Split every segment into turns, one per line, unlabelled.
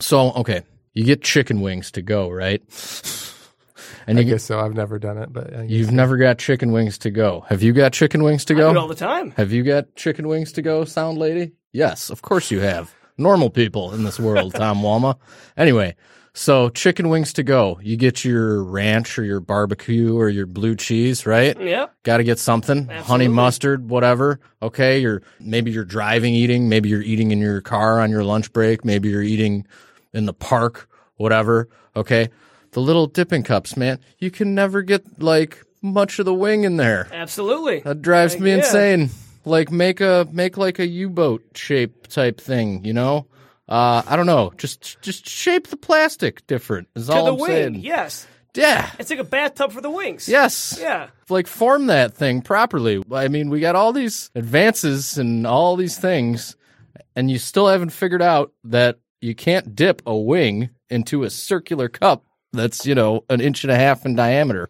So okay, you get chicken wings to go, right? And
I
you, get-
guess so. I've never done it, but uh, I guess-
you've never got chicken wings to go. Have you got chicken wings to
I do it all
go?
the time.
Have you got chicken wings to go, sound lady? Yes, of course you have. Normal people in this world, Tom Walma. Anyway, so chicken wings to go. You get your ranch or your barbecue or your blue cheese, right?
Yep.
Got to get something, honey
Absolutely.
mustard, whatever. Okay, you're maybe you're driving eating, maybe you're eating in your car on your lunch break, maybe you're eating in the park, whatever. Okay, the little dipping cups, man, you can never get like much of the wing in there.
Absolutely.
That drives
Like,
me
yeah.
insane. Like make a make like a U boat shape type thing, you know. Uh, I don't know. Just just shape the plastic different. Is
To
all
the
I'm
wing.
saying.
Yes.
yeah.
It's like a bathtub for the wings.
Yes
Yeah.
like form that thing properly. I mean, we got all these advances and all these things, and you still haven't figured out that you can't dip a wing into a circular cup that's, you know, an inch and a half in diameter.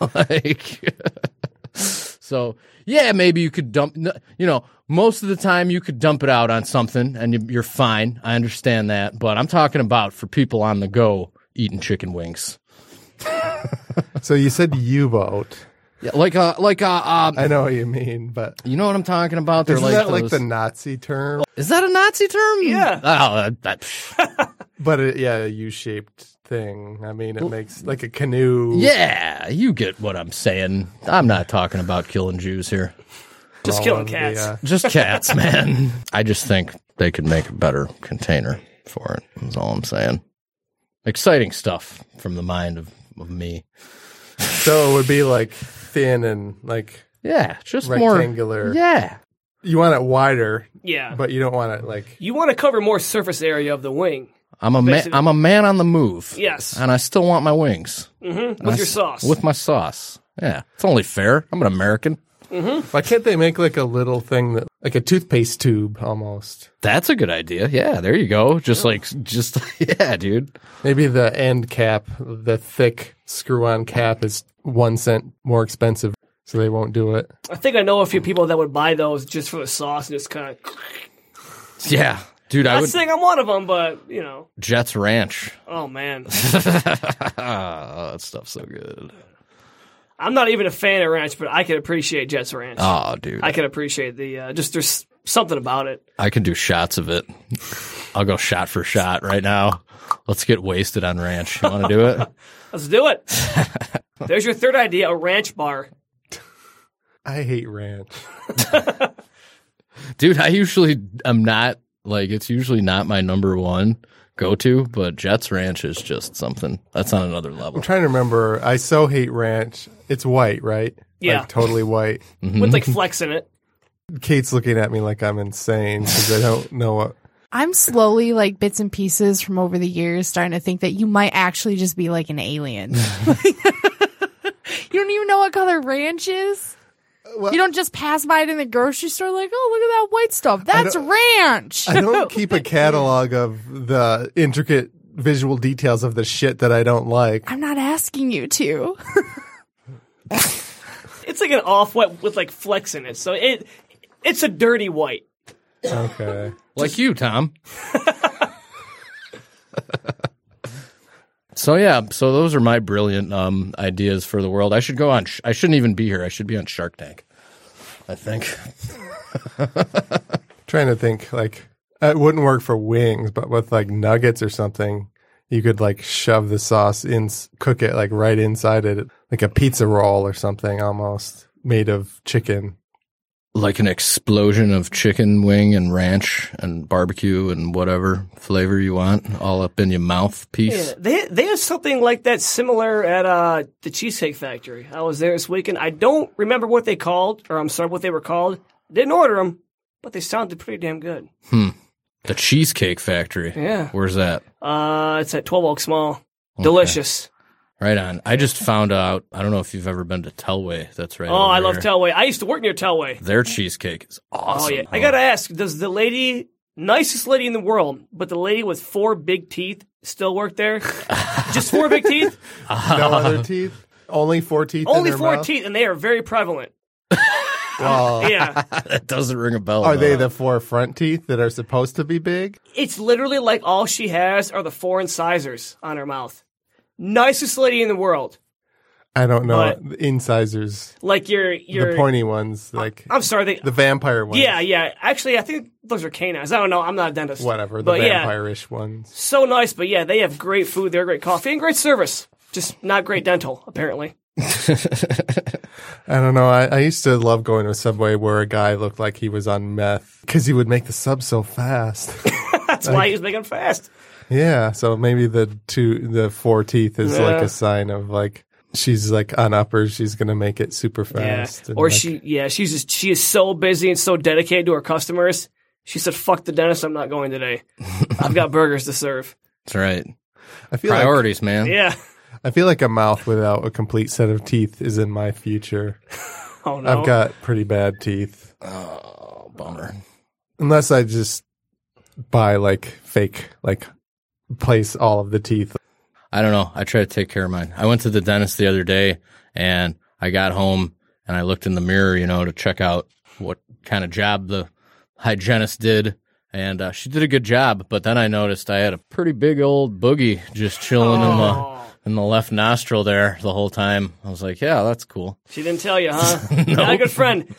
like, so yeah, maybe you could dump, you know, most of the time you could dump it out on something and you- you're fine. I understand that, but I'm talking about for people on the go eating chicken wings.
so you said U-boat.
Yeah, like a, like a, um,
I know what you mean, but
You know what I'm talking about? They're
isn't
like,
that like
those-
the Nazi term?
is that a Nazi term?
Yeah.
Oh, uh, that-
But it, yeah, a U-shaped thing. I mean, it makes like a canoe.
yeah, you get what I'm saying. I'm not talking about killing Jews here.
Just
Oh,
all
killing
of the,
cats.
uh,
Just cats, man. I just think they could make a better container for it. Is all I'm saying. Exciting stuff from the mind of, of me.
so it would be like thin and like
Yeah, just
Rectangular.
more Yeah,
you want it wider,
Yeah.
but you don't want it like
you want to cover more surface area of the wing.
I'm a man.
Basically-
I'm a man on the move.
Yes.
and I still want my wings
hmm With your sauce.
with my sauce. Yeah, it's only fair. I'm an American.
Why can't they make like a little thing that like a toothpaste tube almost?
That's a good idea. Yeah, there you go. Just like, just yeah, dude.
Maybe the end cap, the thick screw-on cap is 1 cent more expensive, so they won't do it.
I think I know a few people that would buy those just for the sauce and just kind of.
Yeah, dude. I
Not
would
saying I'm one of them, but, you know.
Jets Ranch.
Oh, man.
that stuff's so good.
I'm not even a fan of ranch, but I can appreciate Jets Ranch.
Oh, dude,
I
I,
can appreciate the. Uh, just there's something about it.
can do shots of it. I'll go shot for shot right now. Let's get wasted on ranch. You want to do it?
Let's do it. There's your third idea a ranch bar.
I hate ranch.
dude i usually am not like it's usually not my number one go to but jets ranch is just something that's on another level
I'm trying to remember. I so hate ranch. It's white, right?
Yeah.
Like totally white.
with like flex in it.
Kate's looking at me like I'm insane because I don't know what.
I'm slowly like bits and pieces from over the years starting to think that you might actually just be like an alien. you don't even know what color ranch is. you don't just pass by it in the grocery store like, oh, look at that white stuff. That's
don't-
ranch.
I don't keep a catalog of the intricate visual details of the shit that I don't like.
I'm not asking you to.
It's like an off white with like flex in it. So it it's a dirty white.
Okay.
like you, Tom. so yeah, so those are my brilliant um, ideas for the world. I should go on. Sh- I shouldn't even be here. I should be on Shark Tank. I think.
trying to think like it wouldn't work for wings, but with like nuggets or something, you could like shove the sauce in, cook it like right inside it, like a pizza roll or something almost made of chicken.
Like an explosion of chicken wing and ranch and barbecue and whatever flavor you want, all up in your mouthpiece.
They they have something like that similar at uh, the Cheesecake Factory. I was there this weekend. I don't remember what they called, or I'm sorry, what they were called. Didn't order them, but they sounded pretty damn good.
The Cheesecake Factory.
Yeah.
Where's that?
Uh, it's at Twelve Oaks Mall. Delicious.
Right on. I just found out. I don't know if you've ever been to Telway. That's right.
Oh,
over
I love
here.
Telway. I used to work near Telway.
Their cheesecake is awesome.
Oh yeah. I gotta ask, does the lady nicest lady in the world, but the lady with four big teeth still work there? Just four big teeth?
No other teeth, only four teeth. in
Only
their
four
mouth?
teeth, and they are very prevalent.
Well,
Yeah.
that doesn't ring a bell.
are they
though.
the four front teeth that are supposed to be big?
it's literally like all she has are the four incisors on her mouth. Nicest lady in the world.
I don't know.
But-
the incisors,
Like your your.
the pointy ones, like
I'm sorry. They,
the vampire ones.
yeah, yeah. Actually, I think those are canines. I don't know. I'm not a dentist.
Whatever, the
But yeah.
vampire-ish ones.
So nice, but yeah, they have great food. They're great coffee and great service. Just not great dental, apparently.
I don't know. I, I used to love going to a subway where a guy looked like he was on meth because he would make the sub so fast.
That's why he was making fast.
yeah, so maybe the two, the four teeth is like
Yeah.
a sign of like she's like on uppers. She's gonna make it super fast.
Yeah.
and,
Or
like-
she, yeah, she's just, she is so busy and so dedicated to her customers. She said, fuck the dentist, I'm not going today. I've got burgers to serve.
That's right.
I feel like
Priorities, man.
Yeah.
I feel like a mouth without a complete set of teeth is in my future.
Oh, no.
I've got pretty bad teeth.
Oh, bummer.
Unless I just buy like fake, like place all of the teeth.
I don't know. I try to take care of mine. I went to the dentist the other day and I got home and I looked in the mirror, you know, to check out what kind of job the hygienist did. And uh, she did a good job, but then I noticed I had a pretty big old boogie just chilling in the
Oh.
in the left nostril there the whole time. I was like, yeah, that's cool.
She didn't tell you, huh? Not a good friend.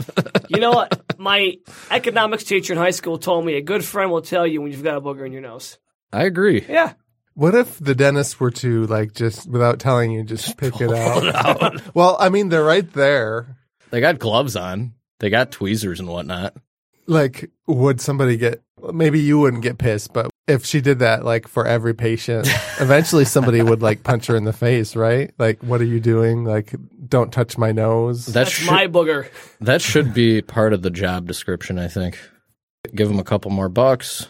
You know what? My economics teacher in high school told me a good friend will tell you when you've got a booger in your nose.
I agree.
Yeah.
What if the dentist were to like just without telling you, just pick it out? well, I mean, they're right there.
They got gloves on. They got tweezers and whatnot.
Like, would somebody get? Maybe you wouldn't get pissed, but if she did that, like for every patient, eventually somebody would like punch her in the face, right? Like, what are you doing? Like, don't touch my nose.
That
That's
should,
my booger.
that should be part of the job description, I think. Give them a couple more bucks.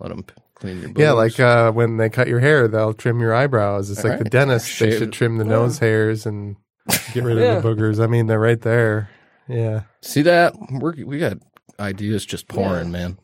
Let them clean your
Yeah,
boobs.
like uh, when they cut your hair, they'll trim your eyebrows. It's like the
Right.
dentist; they
Shave-
should trim the nose hairs and get rid of
Yeah.
the boogers. I mean, they're right there. Yeah,
See that? We're, we got ideas just pouring, man.